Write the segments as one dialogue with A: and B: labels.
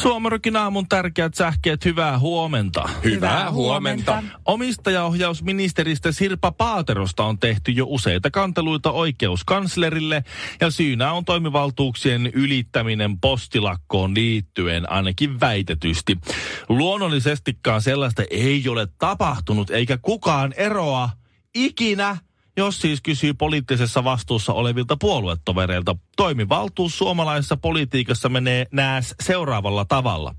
A: Suomarokin aamun tärkeät sähkeet, hyvää huomenta.
B: Hyvää huomenta.
A: Omistajaohjausministeristä Sirpa Paaterosta on tehty jo useita kanteluita oikeuskanslerille ja syynä on toimivaltuuksien ylittäminen postilakkoon liittyen ainakin väitetysti. Luonnollisestikaan sellaista ei ole tapahtunut eikä kukaan eroa ikinä jos siis kysyy poliittisessa vastuussa olevilta puoluetovereilta, toimivaltuus suomalaisessa politiikassa menee nääs seuraavalla tavalla.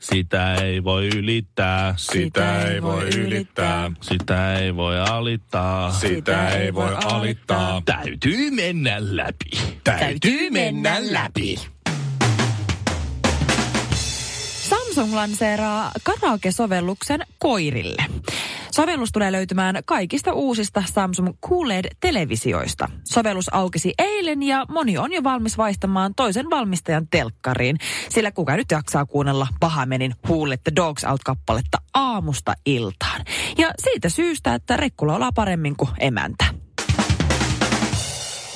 A: Sitä ei voi ylittää,
B: Sitä ei voi ylittää.
A: sitä ei voi alittaa,
B: Sitä ei voi alittaa.
A: täytyy mennä läpi.
B: Täytyy mennä läpi.
C: Samsung lanseeraa karaoke-sovelluksen koirille. Sovellus tulee löytymään kaikista uusista Samsung QLED-televisioista. Sovellus aukesi eilen ja moni on jo valmis vaihtamaan toisen valmistajan telkkariin, sillä kuka nyt jaksaa kuunnella Bahamenin Who Let the Dogs Out-kappaletta aamusta iltaan. Ja siitä syystä, että rekku laulaa paremmin kuin emäntä.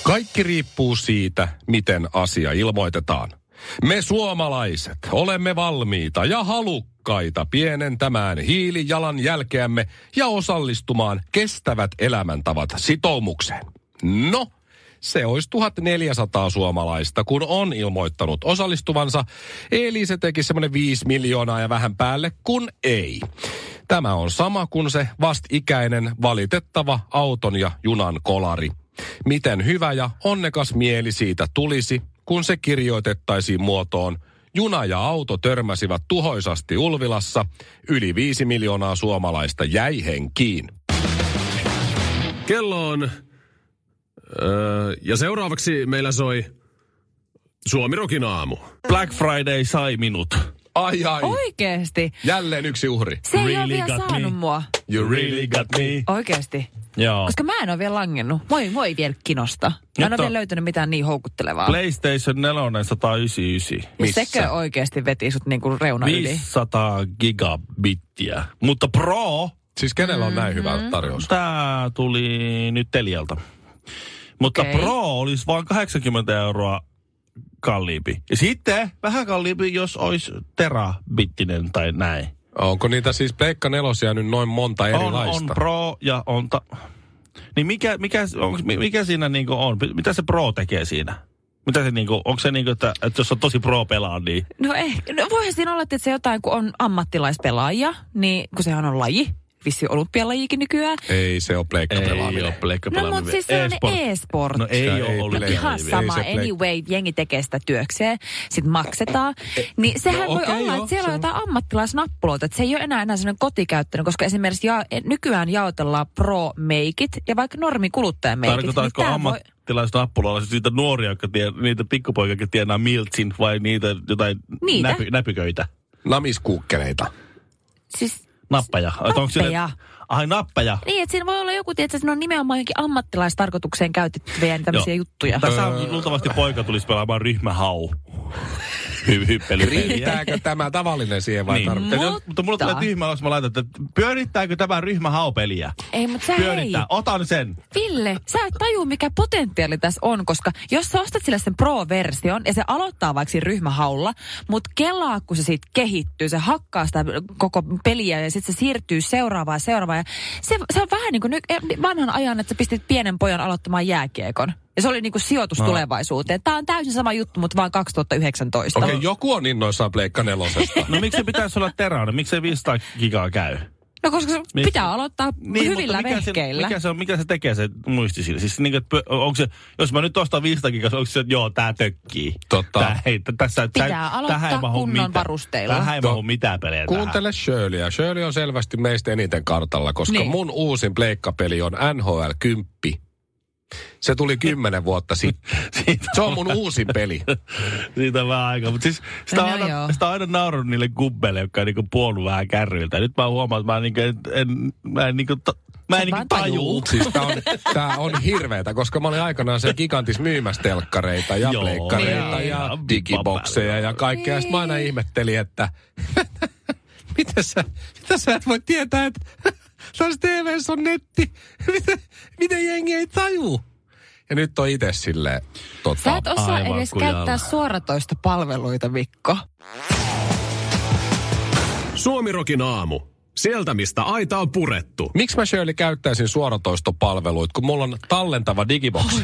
B: Kaikki riippuu siitä, miten asia ilmoitetaan. Me suomalaiset olemme valmiita ja halukkaita pienentämään hiilijalan jälkeämme ja osallistumaan kestävät elämäntavat sitoumukseen. No, se olisi 1400 suomalaista, kun on ilmoittanut osallistuvansa, eli se teki semmoinen 5 miljoonaa ja vähän päälle, kun ei. Tämä on sama kuin se vastikäinen valitettava auton ja junan kolari. Miten hyvä ja onnekas mieli siitä tulisi, kun se kirjoitettaisiin muotoon Juna ja auto törmäsivät tuhoisasti Ulvilassa. Yli viisi miljoonaa suomalaista jäi henkiin.
D: Kello on... Öö, ja seuraavaksi meillä soi Suomirokin aamu.
A: Black Friday sai minut.
B: Ai ai,
C: Oikeesti?
B: jälleen yksi uhri.
C: Se ei ole
A: Really
C: vielä
A: got
C: saanut
A: me.
C: mua.
A: You really got me.
C: Oikeesti?
A: Joo.
C: Koska mä en ole vielä langennut. Moi, moi vielä kinosta. Mä en
A: Nyt
C: ole
A: on-
C: vielä löytänyt mitään niin houkuttelevaa.
A: PlayStation 4 199.
B: Missä?
C: Sekö oikeasti veti sut niinku reuna yli?
A: 500 gigabittiä. Mutta Pro
B: Siis kenellä on näin hyvä tarjous?
A: Tämä tuli nyt Telialta. Mutta
C: Okei.
A: okay. Pro olisi vain 80 euroa kalliimpi. Ja sitten vähän kalliimpi, jos olisi terabittinen tai näin.
B: Onko niitä siis Pleikka nelosia nyt noin monta
A: On, on
B: erilaista?
A: Pro ja on... Ta- niin mikä, mikä, onks, mi- mikä siinä niinku on? Pi- Mitä se Pro tekee siinä? Mitä se niinku, onko se niinku, että, että jos on tosi pro pelaa, niin...
C: No eh, no voihan siinä olla, että se jotain, kun on ammattilaispelaajia, niin kun sehän on laji, vissi olympialajikin nykyään.
B: Ei se ole Pleikka pelaaminen.
A: pleikka
C: No mut siis se on e-sport.
A: No ei
B: Se
A: ole
B: ei
A: ollut.
B: play-
C: Ihan
B: ei, ei
C: sama,
B: se play-
C: anyway, jengi tekee sitä työkseen, sit maksetaan. Niin sehän
B: no
C: voi
B: okei,
C: olla,
B: joo,
C: että siellä
B: se
C: on
B: on-
C: jotain ammattilaisnappuloita, että se ei ole enää enää sellainen kotikäyttöinen, koska esimerkiksi ja, nykyään jaotellaan pro-meikit ja vaikka normikuluttajameikit.
A: Tarkoitatko
C: tää
A: niin
C: voi-
A: ammattilaisnappuloilla siis niitä nuoria, jotka tie, niitä pikkupoikia, jotka tienaa miltsin vai niitä jotain
C: Niitä.
A: Näpy, näpyköitä?
B: Namiskuukkeleita.
C: Siis
A: Nappaja. Et onko
C: Nappeja.
A: ai nappaja.
C: Niin, että siinä voi olla joku, tietysti, että ne on nimenomaan johonkin ammattilaistarkoitukseen käytettäviä niin tämmöisiä
A: Joo.
C: juttuja.
A: Tässä on luultavasti poika tulisi pelaamaan ryhmähau. Hy- hyppelypeliä.
B: Riittääkö tämä tavallinen siihen vai
A: Niin.
B: tarvitsee?
A: Mutta, jos,
C: Mutta-
A: mutta mulla tulee tyhmä, jos mä laitan, että pyörittääkö tämä ryhmähaupeliä?
C: Ei, mutta sä hei.
A: Pyörittää. Otan sen.
C: Ville, sä et tajuu, mikä potentiaali tässä on, koska jos sä ostat sille sen pro-version ja se aloittaa vaikka siinä ryhmähaulla, mutta kelaa, kun se siitä kehittyy, se hakkaa sitä koko peliä ja sitten se siirtyy seuraavaan ja seuraavaan. Ja se, se on vähän niin kuin ny- vanhan ajan, että sä pistit pienen pojan aloittamaan jääkiekon. Ja se oli niin kuin sijoitus no. tulevaisuuteen. Tämä on täysin sama juttu, mutta vaan 2019.
B: Okei, joku on innoissaan Pleikka nelosesta.
A: No miksi se pitäisi olla teräinen? Miksi se 500 gigaa käy?
C: No koska se
A: Miksi?
C: pitää aloittaa niin, hyvillä
A: mikä
C: vehkeillä.
A: Se, mikä, se on, mikä se tekee se muisti siinä? Siis niin, että pö- onko se, jos mä nyt ostan 500 gigas, onko se, että joo, tää tökkii.
B: Totta.
A: Tää, hei, t- tässä,
C: Pitää
A: tää-
C: aloittaa
A: tähän ei mahdu
C: kunnon
A: mitään.
C: varusteilla.
A: Tähän ei
B: Totta.
A: mahdu mitään pelejä
B: Kuuntele Shirleyä. Shirley on selvästi meistä eniten kartalla, koska
C: Niin.
B: niin. mun uusin pleikkapeli on NHL 10. Se tuli kymmenen vuotta sitten.
A: tähän. Siitä,
B: Se on mun uusin peli.
A: siitä on vähän aikaa. Mutta siis sitä,
C: No
A: on
C: joo.
A: aina, sitä on aina naurannut niille kubbeille, jotka on niinku puollut vähän kärryiltä. Nyt mä huomaan, että mä, en niinku, en, en, mä en niinku ta- Mä
C: Sä
A: en
C: vaan
A: niin
C: tajuu.
A: tajuu.
B: Siis tää on, tää on hirveetä, koska mä olin aikanaan se gigantis myymässä telkkareita ja
A: Joo,
B: pleikkareita
A: niin.
B: ja digibokseja ja kaikkea. Sitten mä aina
E: Niin.
B: ihmettelin, että mitä sä, mitä sä et voi tietää, että tässä TVssä on netti. Mitä, miten jengi ei taju? Ja nyt on itse silleen,
E: Sä
B: tota,
E: et osaa
A: Aivan
E: edes
A: kujalla.
E: käyttää suoratoista palveluita, Mikko.
D: Suomirokin aamu. Sieltä, mistä aita on purettu.
B: miksi mä Shirley käyttäisin suoratoistopalveluita, kun mulla on tallentava digiboksi?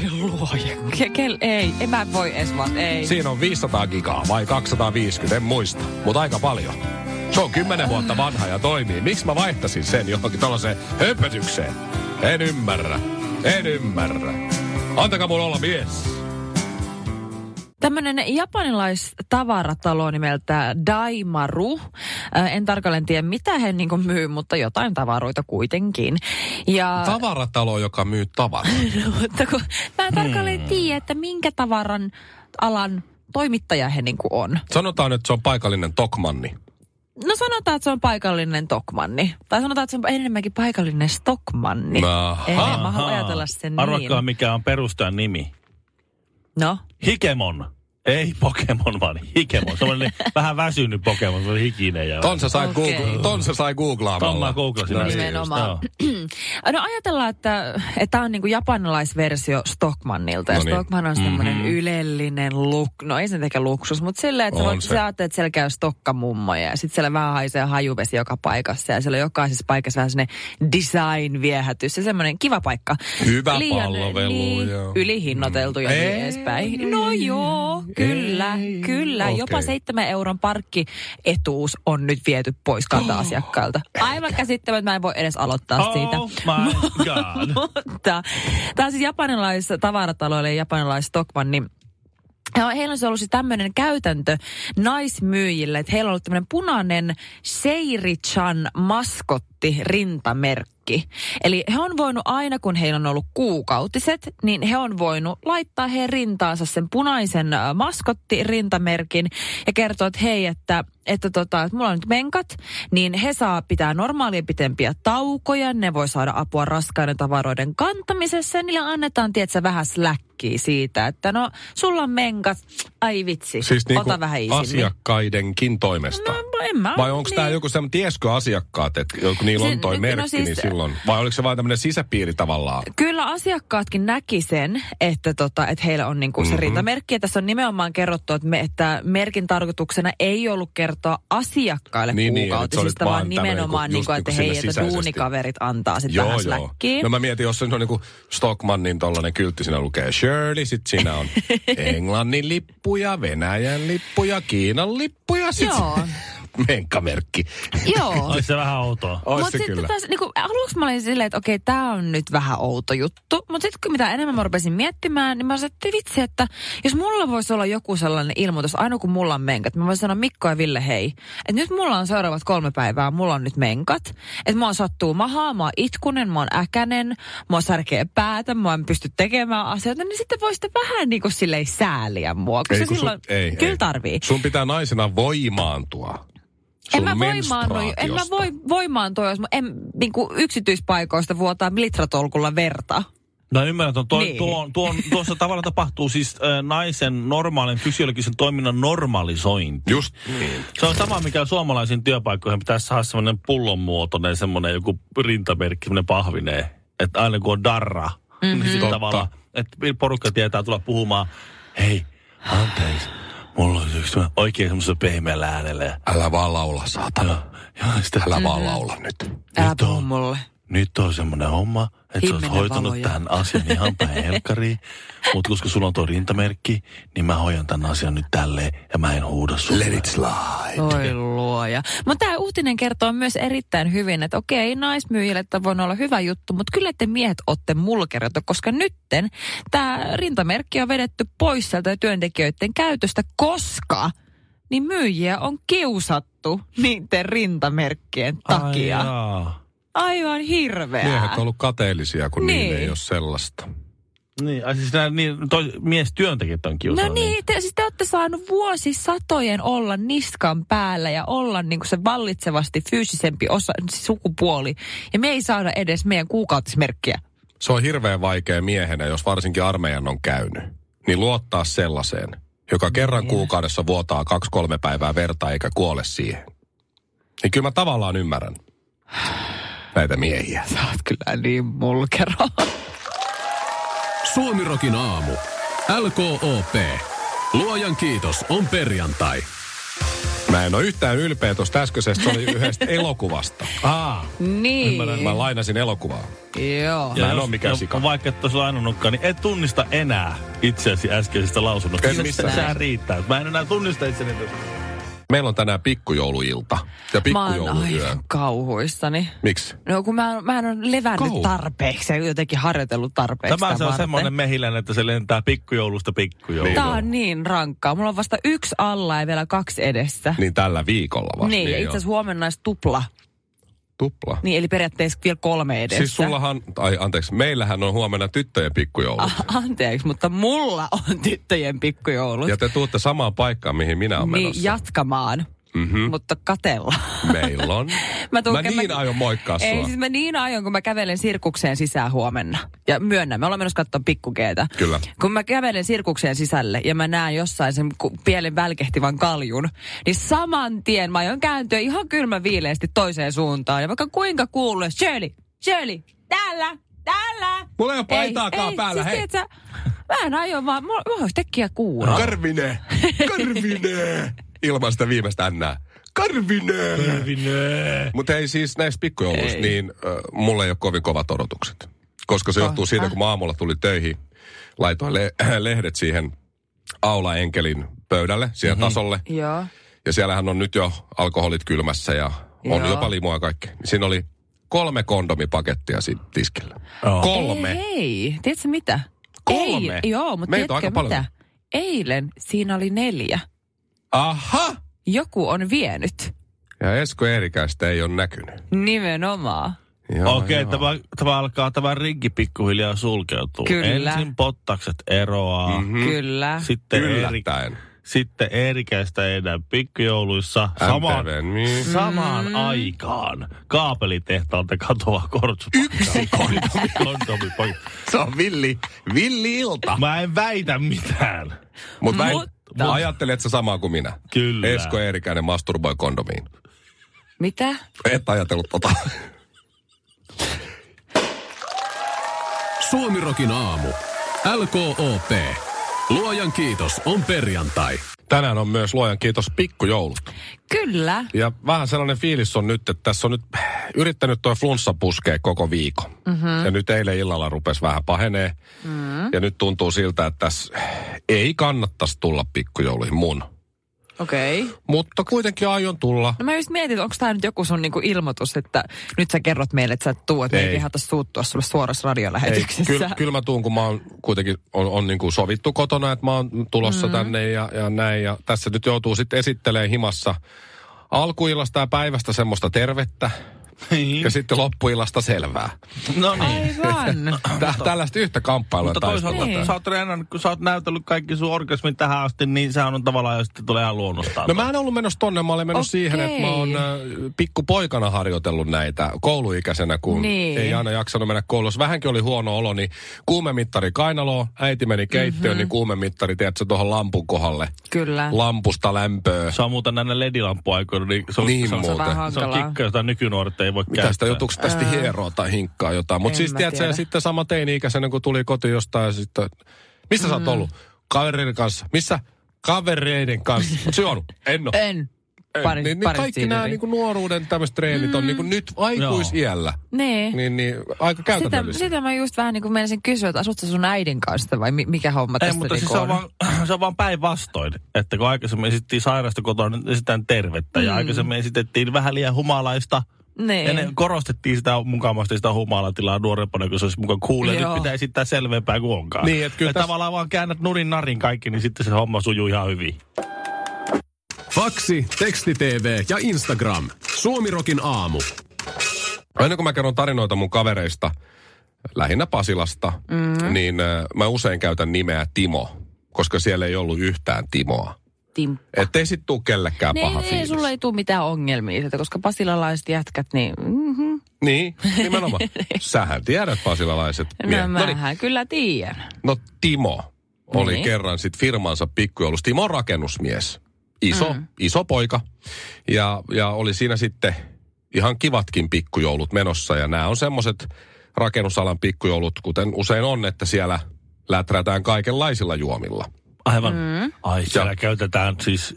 E: Ke- kel, ei, en mä voi edes vaan, ei.
B: Siinä on 500 gigaa vai 250, en muista, mutta aika paljon. Se on 10 vuotta vanha ja toimii. Miksi mä vaihtasin sen johonkin tällaiseen höpötykseen? En ymmärrä. En ymmärrä. Antakaa mulla olla mies.
C: Tämmöinen japanilaistavarattalo nimeltä Daimaru. Ö, En tarkalleen tiedä, mitä he niin myy, mutta jotain tavaroita kuitenkin. Ja
B: Tavaratalo, joka myy tavaraa.
C: mutta kun, mä en tarkalleen tiedä, että minkä tavaran alan toimittaja he niin on.
B: Sanotaan, että se on paikallinen Tokmanni.
C: No sanotaan, että se on paikallinen Tokmanni. Tai sanotaan, että se on enemmänkin paikallinen Stockmanni.
B: Aha.
C: Ei, mä haluan ajatella sen
A: Arvatkaa,
C: niin.
A: mikä on perustajan nimi.
C: No,
A: Hikemon. Ei Pokemon, vaan Hikemon. Sellainen vähän väsynyt Pokemon, se oli hikinen. Ja...
B: Ton sä sai, okay.
C: Okei.
B: googla- ton sä sai googlaamalla.
A: Ton mä googlasin
B: No
A: äsken.
B: niin.
C: nimenomaan.
A: just,
C: no ajatellaan, että tämä on niinku japanilaisversio Stockmannilta. Ja
B: No niin.
C: Stockman on semmoinen mm-hmm. ylellinen luk, no ei sen ehkä luksus, mutta silleen, että sä,
B: On
C: voit,
B: se.
C: sä ajattelet, että siellä käy stokkamummoja ja sitten siellä vähän haisee hajuvesi joka paikassa ja siellä on jokaisessa paikassa vähän sellainen design-viehätys ja semmoinen kiva paikka.
B: Hyvä palvelu,
C: niin,
B: joo. Mm.
C: ylihinnoiteltu ja niin
B: Ei,
C: edespäin. No joo, kyllä, kyllä. Jopa
B: Okei.
C: 7 euron parkkietuus on nyt viety pois kanta-asiakkailta. Aivan käsittämättä, mä en voi edes aloittaa siitä.
A: Oh my god.
C: Mutta tämä on siis japanilais tavarataloille ja japanilais Stockman, niin ja Heillä on siis ollut siis tämmöinen käytäntö naismyyjille, että heillä on ollut tämmöinen punainen Seirichan maskotti rintamerkki. Eli he on voinut aina, kun heillä on ollut kuukautiset, niin he on voinut laittaa heidän rintaansa sen punaisen äh, maskotti rintamerkin ja kertoa, että hei, että, että, tota, että mulla on nyt menkat, niin he saa pitää normaalia pitempiä taukoja, ne voi saada apua raskaiden tavaroiden kantamisessa ja niille annetaan, tietsä, vähän släkkiä siitä, että no, sulla on menkat, ai vitsi,
B: Siis niin
C: ota vähän isimmin.
B: asiakkaidenkin toimesta.
C: No, en mä-
B: vai onko tämä
C: niin.
B: joku semmoinen, tiesikö asiakkaat, että kun niillä
C: Se-
B: on toi
C: no
B: merkki,
C: siis-
B: niin silloin. Vai oliko se vain tämmöinen sisäpiiri tavallaan?
C: Kyllä asiakkaatkin näki sen, että, tota, että heillä on niinku
B: Mhm.
C: se mm-hmm. rintamerkki. Ja tässä on nimenomaan kerrottu, että, me, että merkin tarkoituksena ei ollut kertoa asiakkaille niin,
B: Niin, niin, eli se
C: kuukautisista,
B: oli vaan
C: vaan
B: tämmöinen
C: nimenomaan
B: niinku-
C: niinku,
B: just
C: että
B: niinku
C: hei,
B: sinne
C: että
B: sisäisesti.
C: duunikaverit antaa sitten vähän släkkiä.
B: No mä mietin, jos se on niinku Stockmannin tollanen kyltti, siinä lukee Shirley, sit siinä on Englannin lippuja, Venäjän lippuja, Kiinan lippuja, sit
C: Joo.
B: menkkamerkki.
C: Joo.
A: Olisi se vähän outoa.
B: Ois
C: Mutta
B: se
C: sitten
B: kyllä.
C: taas, niinku, aluksi mä olin silleen, että okei, tämä on nyt vähän outo juttu. Mutta sitten mitä enemmän mä rupesin miettimään, niin mä sanoin, että vitsi, että jos mulla voisi olla joku sellainen ilmoitus, aina kun mulla on menkat, mä voisin sanoa Mikko ja Ville hei. Että nyt mulla on seuraavat kolme päivää, mulla on nyt menkat. Että mua sattuu mahaa, mä oon itkunen, mä oon äkänen, mua särkee päätä, mä en pysty tekemään asioita. Niin sitten voisitte vähän niin kuin silleen sääliä mua, koska
B: Ei, kun sun-
C: silloin
B: ei,
C: kyllä
B: ei.
C: tarvii.
B: Sun pitää naisena voimaantua.
C: En
B: Sun
C: mä voimaannu, en mä
B: menstruaatiosta.
C: voi, voimaantua, jos mä en niin kuin yksityispaikoista vuotaa litratolkulla verta.
A: No ymmärrän, tuon, tuon,
C: Niin.
A: tuon, tuon, tuossa tavalla tapahtuu siis äh, naisen normaalin fysiologisen toiminnan normalisointi.
B: Just niin.
A: Se on sama, mikä suomalaisiin työpaikkoihin pitäisi saada semmoinen pullonmuotoinen, semmoinen joku rintamerkki, semmoinen pahvineen. Että aina kun on darra, mm-hmm. niin sillä
B: Totta.
A: tavalla, että porukka tietää tulla puhumaan, hei, anteeksi, mulla on yksi semmoinen- oikein semmoisella pehmeällä äänellä. Ja,
B: Älä vaan laula, saatana.
A: ja sitä,
B: Älä vaan laula nyt.
C: Älä
A: Nyt
C: puhu
A: on.
C: mulle.
A: nyt on semmoinen homma, että sä oot
C: Himmelen
A: hoitanut
C: valoja.
A: tämän asian ihan päin helkkariin. Mutta koska sulla on tuo rintamerkki, niin mä hoidan tämän asian nyt tälleen ja mä en huuda sulle.
B: Let it slide.
C: Oi luoja. Mutta tämä uutinen kertoo myös erittäin hyvin, että okei, naismyyjille tämä voi olla hyvä juttu, mutta kyllä te miehet otte mulkeroita, koska nytten tämä rintamerkki on vedetty pois sieltä työntekijöiden käytöstä, koska niin myyjiä on kiusattu niiden rintamerkkien takia.
A: Ai jaa.
C: Aivan hirveää.
B: Miehet on ollut kateellisia, kun niin.
C: Niin.
B: niillä ei ole sellaista.
A: Niin, ai siis nämä niin, toi, miestyöntekijät on
C: No
A: kiusanneet.
C: niin, te, siis te olette saanut vuosisatojen olla niskan päällä ja olla niin kuin se vallitsevasti fyysisempi osa, siis sukupuoli. Ja me ei saada edes meidän kuukautismerkkiä.
B: Se on hirveän vaikea miehenä, jos varsinkin armeijan on käynyt, niin luottaa sellaiseen, joka kerran
C: Niin.
B: kuukaudessa vuotaa kaksi-kolme päivää verta eikä kuole siihen. Niin kyllä mä tavallaan ymmärrän näitä miehiä.
C: Sä oot kyllä niin mulkero.
D: Suomirokin aamu. LKOP. Luojan kiitos on perjantai.
B: Mä en ole yhtään ylpeä tuosta äskeisestä, se oli yhdestä elokuvasta.
A: Aa,
C: Niin.
B: Mä lainasin elokuvaa.
C: Joo.
B: Mä en
A: jos-
B: oo mikään sika.
A: Vaikka et olisi lainannutkaan, niin et tunnista enää itseäsi äskeisestä lausunnosta.
B: En
A: Se-
B: missään.
A: Sehän riittää. Mä en enää tunnista itseni. tästä.
B: Meillä on tänään pikkujouluilta ja
C: Mä oon
B: pikkujouluyö.
C: aivan kauhuissani.
B: Miksi?
C: No kun mä, mä en ole levännyt
B: Kauhu.
C: tarpeeksi ja jotenkin harjoitellut tarpeeksi
A: Tämä se on
C: varten.
A: semmoinen mehiläinen, että se lentää pikkujoulusta pikkujouluun.
C: Tää on niin rankkaa. Mulla on vasta yksi alla ja vielä kaksi edessä.
B: Niin tällä viikolla vasta.
C: niin, ja itse
B: joo.
C: asiassa huomenna olisi tupla.
B: Tupla.
C: Niin, eli periaatteessa vielä kolme edessä.
B: Siis sullahan, tai anteeksi, meillähän on huomenna tyttöjen pikkujoulu.
C: A- anteeksi, mutta mulla on tyttöjen pikkujoulut.
B: Ja te tuutte samaan paikkaan, mihin minä olen
C: niin,
B: menossa.
C: jatkamaan, mm-hmm. mutta katellaan.
B: Meillä on.
C: Mä, tuun
B: mä
C: kä-
B: niin aion moikkaa sua.
C: Ei, siis mä niin aion, kun mä kävelen sirkukseen sisään huomenna. Ja myönnän, me ollaan menossa katsomaan pikkukeetä.
B: Kyllä.
C: Kun mä kävelen sirkukseen sisälle ja mä näen jossain sen ku- pielen välkehtivän kaljun, niin saman tien mä aion kääntyä ihan kylmä viileästi toiseen suuntaan. Ja vaikka kuinka kuuluu, Shirley, Shirley, täällä, täällä.
B: Mulla ei oo paitaakaan
C: ei,
B: päällä,
C: siis
B: hei.
C: Tiedätkö, mä en aio vaan, mulla, mulla on yhtäkkiä kuuro.
B: Karvine! Karvine! Ilman sitä viimeistä ännää. Karvine! Karvine! Mutta ei siis näistä pikkujouluista, niin äh, mulla ei ole kovin kovat odotukset. Koska se johtuu siitä, kun mä aamulla tuli töihin, laitoin le- lehdet siihen aulaenkelin pöydälle, siihen tasolle.
C: Joo.
B: Ja siellähän on nyt jo alkoholit kylmässä ja on
C: Joo.
B: jopa limoa ja kaikkea. Niin Siinä oli kolme kondomipakettia siinä tiskillä.
A: Joo.
B: Kolme.
C: Ei, tiedätkö mitä?
B: Kolme?
C: Ei, joo, mutta
B: Meitä on
C: tiedätkö
B: aika paljon.
C: mitä? Eilen siinä oli neljä.
B: Aha!
C: Joku on vienyt.
B: Ja Esko Eerikäistä ei ole näkynyt.
C: Nimenomaan.
B: Joo,
A: Okei,
B: joo.
A: tämä, tämä alkaa tämä rinki pikkuhiljaa sulkeutua.
C: Kyllä.
A: Ensin pottakset eroaa,
B: Mhm.
A: mm.
C: Mm. Kyllä.
A: sitten, eri,
B: Yllättäen.
A: sitten erikäistä ei enää pikkujouluissa. Samaan,
B: MTVn, niin.
A: samaan mm. aikaan kaapelitehtaalta katoaa kortsu. Yksi kondomi. kondomi.
B: Se on villi, villi ilta.
A: Mä en väitä mitään.
B: Mut mä
C: Mutta-
B: mutta... ajattelet sä samaa kuin minä.
A: Kyllä.
B: Esko Eerikäinen masturboi kondomiin.
C: Mitä?
B: Et ajatellut tota.
D: Suomirokin aamu. LKOP. Luojan kiitos on perjantai.
B: Tänään on myös luojan kiitos pikkujoulut.
C: Kyllä.
B: Ja vähän sellainen fiilis on nyt, että tässä on nyt yrittänyt tuo flunssa puskea koko viikon. Mm-hmm. Ja nyt eilen illalla rupesi vähän pahenee. Mm-hmm. Ja nyt tuntuu siltä, että tässä ei kannattaisi tulla pikkujouluihin mun.
C: Okei. Okay.
B: Mutta kuitenkin aion tulla.
C: No mä just mietin, että onko tämä nyt joku sun niinku ilmoitus, että nyt sä kerrot meille, että sä et tuu, että me ei
B: Ei.
C: kehata suuttua sulle suorassa
B: Ei,
C: radiolähetyksessä.
B: kyllä, kyllä mä tuun, kun mä oon kuitenkin on, on niin kuin sovittu kotona, että mä oon tulossa mm-hmm. tänne ja, ja näin. Ja tässä nyt joutuu sitten esittelemään himassa alkuillasta ja päivästä semmoista tervettä
A: Niin.
B: ja sitten loppuillasta selvää.
A: No niin.
C: Aivan.
B: Tää, tällaista yhtä kamppailua
A: Mutta toisaalta,
C: Niin.
A: niin. sä oot treenannut, kun sä oot näytellyt kaikki sun orgasmit tähän asti, niin sehän on tavallaan jo sitten tulee ihan luonnostaan.
B: No mä en ollut menossa tonne, mä olin mennyt
C: Okei.
B: okay. siihen, että mä oon ä, pikkupoikana harjoitellut näitä kouluikäisenä, kun
C: Niin.
B: niin. ei aina jaksanut mennä kouluun. Jos vähänkin oli huono olo, niin kuumemittari kainaloon, äiti meni keittiöön, mm-hmm. niin kuumemittari, tiedätkö, tuohon lampun kohdalle.
C: Kyllä.
B: Lampusta lämpöä.
A: Se on muuten näinä ledilampuaikoina, niin se on,
B: Niin
A: se on,
B: muuten.
C: Se on vähän
A: se on
C: hankalaa.
A: kikka, jota nykynuoret ei voi
B: Mitä sitä
A: käyttää.
B: jutuks tästä hieroa tai hinkkaa jotain.
C: En
B: Mutta siis
C: mä
B: tiedätkö,
C: tiedä.
B: ja sitten sama teini-ikäisenä, kun tuli kotiin jostain ja sitten... Missä mm. sä oot ollut? Kavereiden kanssa. Missä? Kavereiden kanssa. Mut syönyt? En oo.
C: En. Parin,
B: niin, niin
C: parin
B: kaikki nämä niinku nuoruuden tämmöiset treenit on niinku nyt aikuisiällä.
C: Niin.
B: Niin, niin aika
C: Mm. Sitä,
B: käytännöllistä.
C: sitä mä just vähän niin kuin menisin kysyä, että asutko sun äidin kanssa vai mi- mikä homma
A: Ei,
C: tästä
A: mutta
C: niinku
A: siis se on,
C: on?
A: vaan, se on vaan päinvastoin, että kun aikaisemmin esittiin sairaasta kotona, nyt esitään tervettä. Mm. Ja aikaisemmin esitettiin vähän liian humalaista.
C: Niin.
A: Ja ne korostettiin sitä mukavasti sitä humalatilaa nuorempana, kun se olisi mukaan cool. Ja
C: Joo.
A: nyt pitää esittää selvempää kuin onkaan.
B: Niin, et kyllä
A: Ja
B: tässä-
A: tavallaan vaan käännät nurin narin kaikki, niin sitten se homma sujuu ihan hyvin.
D: Faksi, teksti TV ja Instagram. Suomirokin aamu.
B: Aina kun mä kerron tarinoita mun kavereista, lähinnä Pasilasta, mm. niin ö, mä usein käytän nimeä Timo, koska siellä ei ollut yhtään Timoa.
E: Timppa.
B: Ettei sit tuu kellekään
E: Niin,
B: paha
E: ei, ei,
B: fiilis.
E: sulla ei tule mitään ongelmia sieltä, koska pasilalaiset jätkät, niin... Mm-hmm.
B: Niin, nimenomaan. Sähän tiedät pasilalaiset
E: No,
B: miehet. No, niin,
E: mähän kyllä tiedän.
B: no Timo oli
E: Niin.
B: kerran sit firmansa pikkujoulussa. Timo on rakennusmies. Iso, mm. iso poika. Ja, ja oli siinä sitten ihan kivatkin pikkujoulut menossa. Ja nämä on semmoiset rakennusalan pikkujoulut, kuten usein on, että siellä läträtään kaikenlaisilla juomilla.
A: Aivan. Mm. Ai, siellä käytetään siis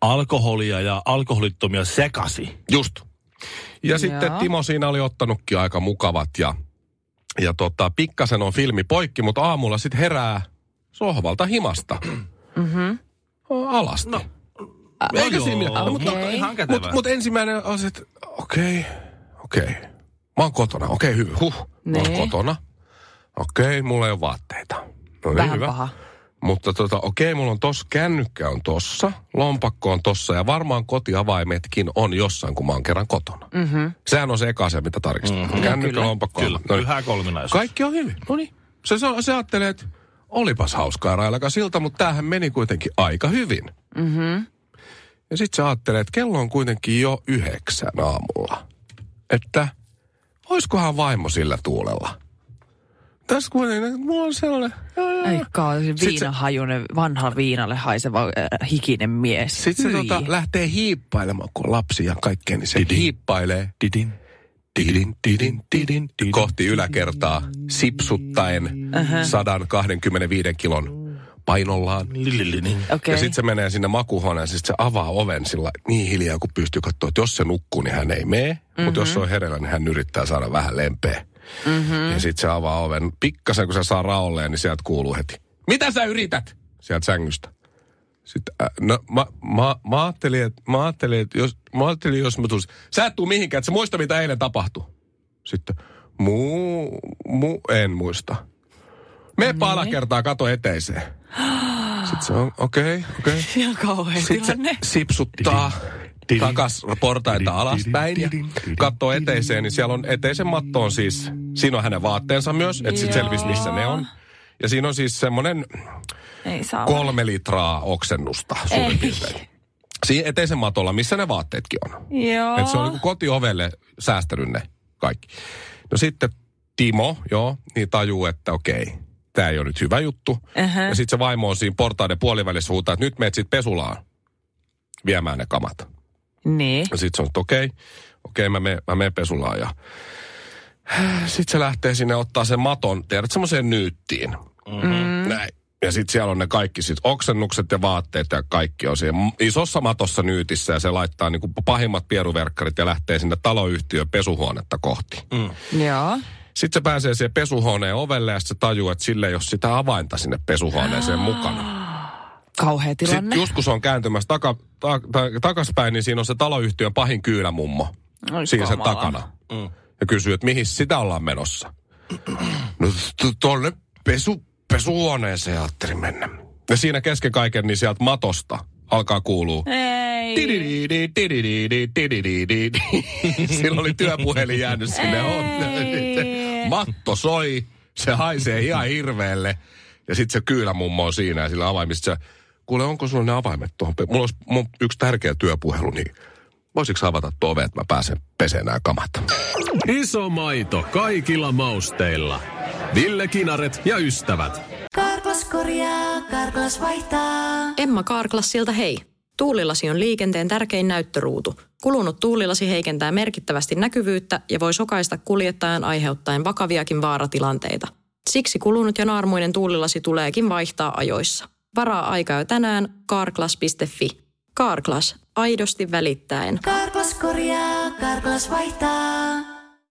A: alkoholia ja alkoholittomia sekasi.
B: Just. Ja Joo. sitten Timo siinä oli ottanutkin aika mukavat ja, ja tota, pikkasen on filmi poikki, mutta aamulla sitten herää sohvalta himasta. Mm-hmm. Alasti. No,
A: No
B: Eikä
A: joo,
B: siinä mitään.
A: no,
B: Mutta-
A: mutta ihan kätevää.
B: Mutta mut ensimmäinen on se, että okei, okay, okei. Okay. Mä oon kotona, okei okay, hyvä. Huh, mä oon
E: Niin.
B: kotona. Okei, okay, mulla ei ole vaatteita. No niin,
E: Vähän
B: hyvä.
E: paha.
B: Mutta tota, okei, mulla on tossa, kännykkä on tossa, lompakko on tossa ja varmaan kotiavaimetkin on jossain, kun mä oon kerran kotona. Mm-hmm. Sehän on se eka asia, mitä tarkistetaan. Mm-hmm. Kännykkä, kyllä, lompakko,
A: Kyllä,
B: no niin.
A: yhä kolminaisuus.
B: Kaikki on hyvin. No niin. Se, se, se ajattelee, että olipas hauskaa railakas silta, mutta tämähän meni kuitenkin aika hyvin. Mm-hmm. Ja sitten se ajattelee, että kello on kuitenkin jo yhdeksän aamulla. Että oiskohan vaimo sillä tuulella? Tässä kuitenkin, mulla on sellainen... joo, joo,
E: Ei
B: joo.
E: kauan,
B: Sit se-
E: viinahajunen, vanha viinalle haiseva äh, hikinen mies.
B: Sitten se
E: Hyi.
B: tota, lähtee hiippailemaan, kun on lapsia ja kaikkea, niin se hiippailee
A: Didin.
B: tidin, tidin, tidin, tidin, kohti yläkertaa sipsuttaen 125 kilon painollaan.
A: Lillilinin.
E: Okei.
B: Ja sitten se menee sinne makuuhuoneeseen, sitten se avaa oven sillä niin hiljaa, kun pystyy katsoa, että jos se nukkuu, niin hän ei mene. Mm-hmm. Mutta jos se on hereillä, niin hän yrittää saada vähän lempeä. Mm-hmm. Ja sitten se avaa oven. Pikkasen kun se saa raolleen, niin sieltä kuuluu heti. Mitä sä yrität? Sieltä sängystä. Sitten, äh, no, mä, mä, mä, ajattelin, että, mä, ajattelin, että jos, mä ajattelin, jos mä tulisin. Sä et tuu mihinkään, et sä muista, mitä eilen tapahtui. Sitten, muu, muu, en muista. Me niin. alakertaa, kato eteiseen. Sitten se on, okei, okay, okei. Okay.
E: Ihan kauhean
B: Sitten se
E: tilanne.
B: sipsuttaa
A: Tidin.
B: takas portaita
A: Tidin.
B: alaspäin ja
A: Tidin. Tidin.
B: katsoo eteiseen, niin siellä on eteisen matto on siis, siinä on hänen vaatteensa myös, että sitten selvisi missä ne on. Ja siinä on siis semmoinen
E: Ei saa.
B: kolme litraa oksennusta suurin piirtein. Siinä eteisen matolla, missä ne vaatteetkin on.
E: Joo.
B: Et se on
C: niinku-
B: niin kotiovelle säästänyt ne kaikki. No sitten Timo, joo, niin tajuu, että okei, tämä ei ole nyt hyvä juttu. Uh-huh.
C: Eh.
B: Ja sitten se vaimo on siinä portaiden puolivälissä huutaa, että nyt meet sitten pesulaan viemään ne kamat.
E: Niin.
B: Ja sitten se on, että okei, okei, mä menen mä menen pesulaan ja... Sitten se lähtee sinne ottaa sen maton, tiedät, semmoiseen nyyttiin. Mm-hmm. Näin. Ja sitten siellä on ne kaikki sit oksennukset ja vaatteet ja kaikki on siinä m- isossa matossa nyytissä ja se laittaa niinku pahimmat pieruverkkarit ja lähtee sinne taloyhtiön pesuhuonetta kohti. Mm.
E: Joo.
B: Sitten se pääsee siihen pesuhuoneen ovelle ja sitten se tajuaa, että sille ei ole sitä avainta sinne pesuhuoneeseen mukana.
E: Ah. Kauhea tilanne.
B: Sitten just kun se on kääntymässä taka, ta, ta, takaspäin, niin siinä on se taloyhtiön pahin kyynämummo.
E: Oi
B: siinä sen
E: kamala.
B: takana. Mm. Ja kysyy, että mihin sitä ollaan menossa. No t- tuonne pesu, pesuhuoneeseen ajattelin mennä. Ja siinä kesken kaiken, niin sieltä matosta alkaa kuulua.
E: Ei.
B: tidididi, tidididi, tidididi. Sillä oli työpuhelin jäänyt sinne.
E: Ei.
B: Matto soi, se haisee ihan hirveelle. Ja sitten se kyynämummo on siinä ja sillä avaimista se, kuule onko sulla ne avaimet tuohon? pe- Mulla olisi mun yksi tärkeä työpuhelu, niin voisitko sä avata tuo ove, että mä pääsen peseen nämä kamat?
D: Iso maito kaikilla mausteilla. Ville Kinaret ja ystävät.
F: Karklas korjaa, Karklas vaihtaa.
G: Emma Karklas siltä hei. Tuulilasi on liikenteen tärkein näyttöruutu. Kulunut tuulilasi heikentää merkittävästi näkyvyyttä ja voi sokaista kuljettajan aiheuttaen vakaviakin vaaratilanteita. Siksi kulunut ja naarmuinen tuulilasi tuleekin vaihtaa ajoissa. Varaa aika jo tänään karklas.fi. Karklas, aidosti välittäen.
F: Karklas korjaa, Karklas vaihtaa.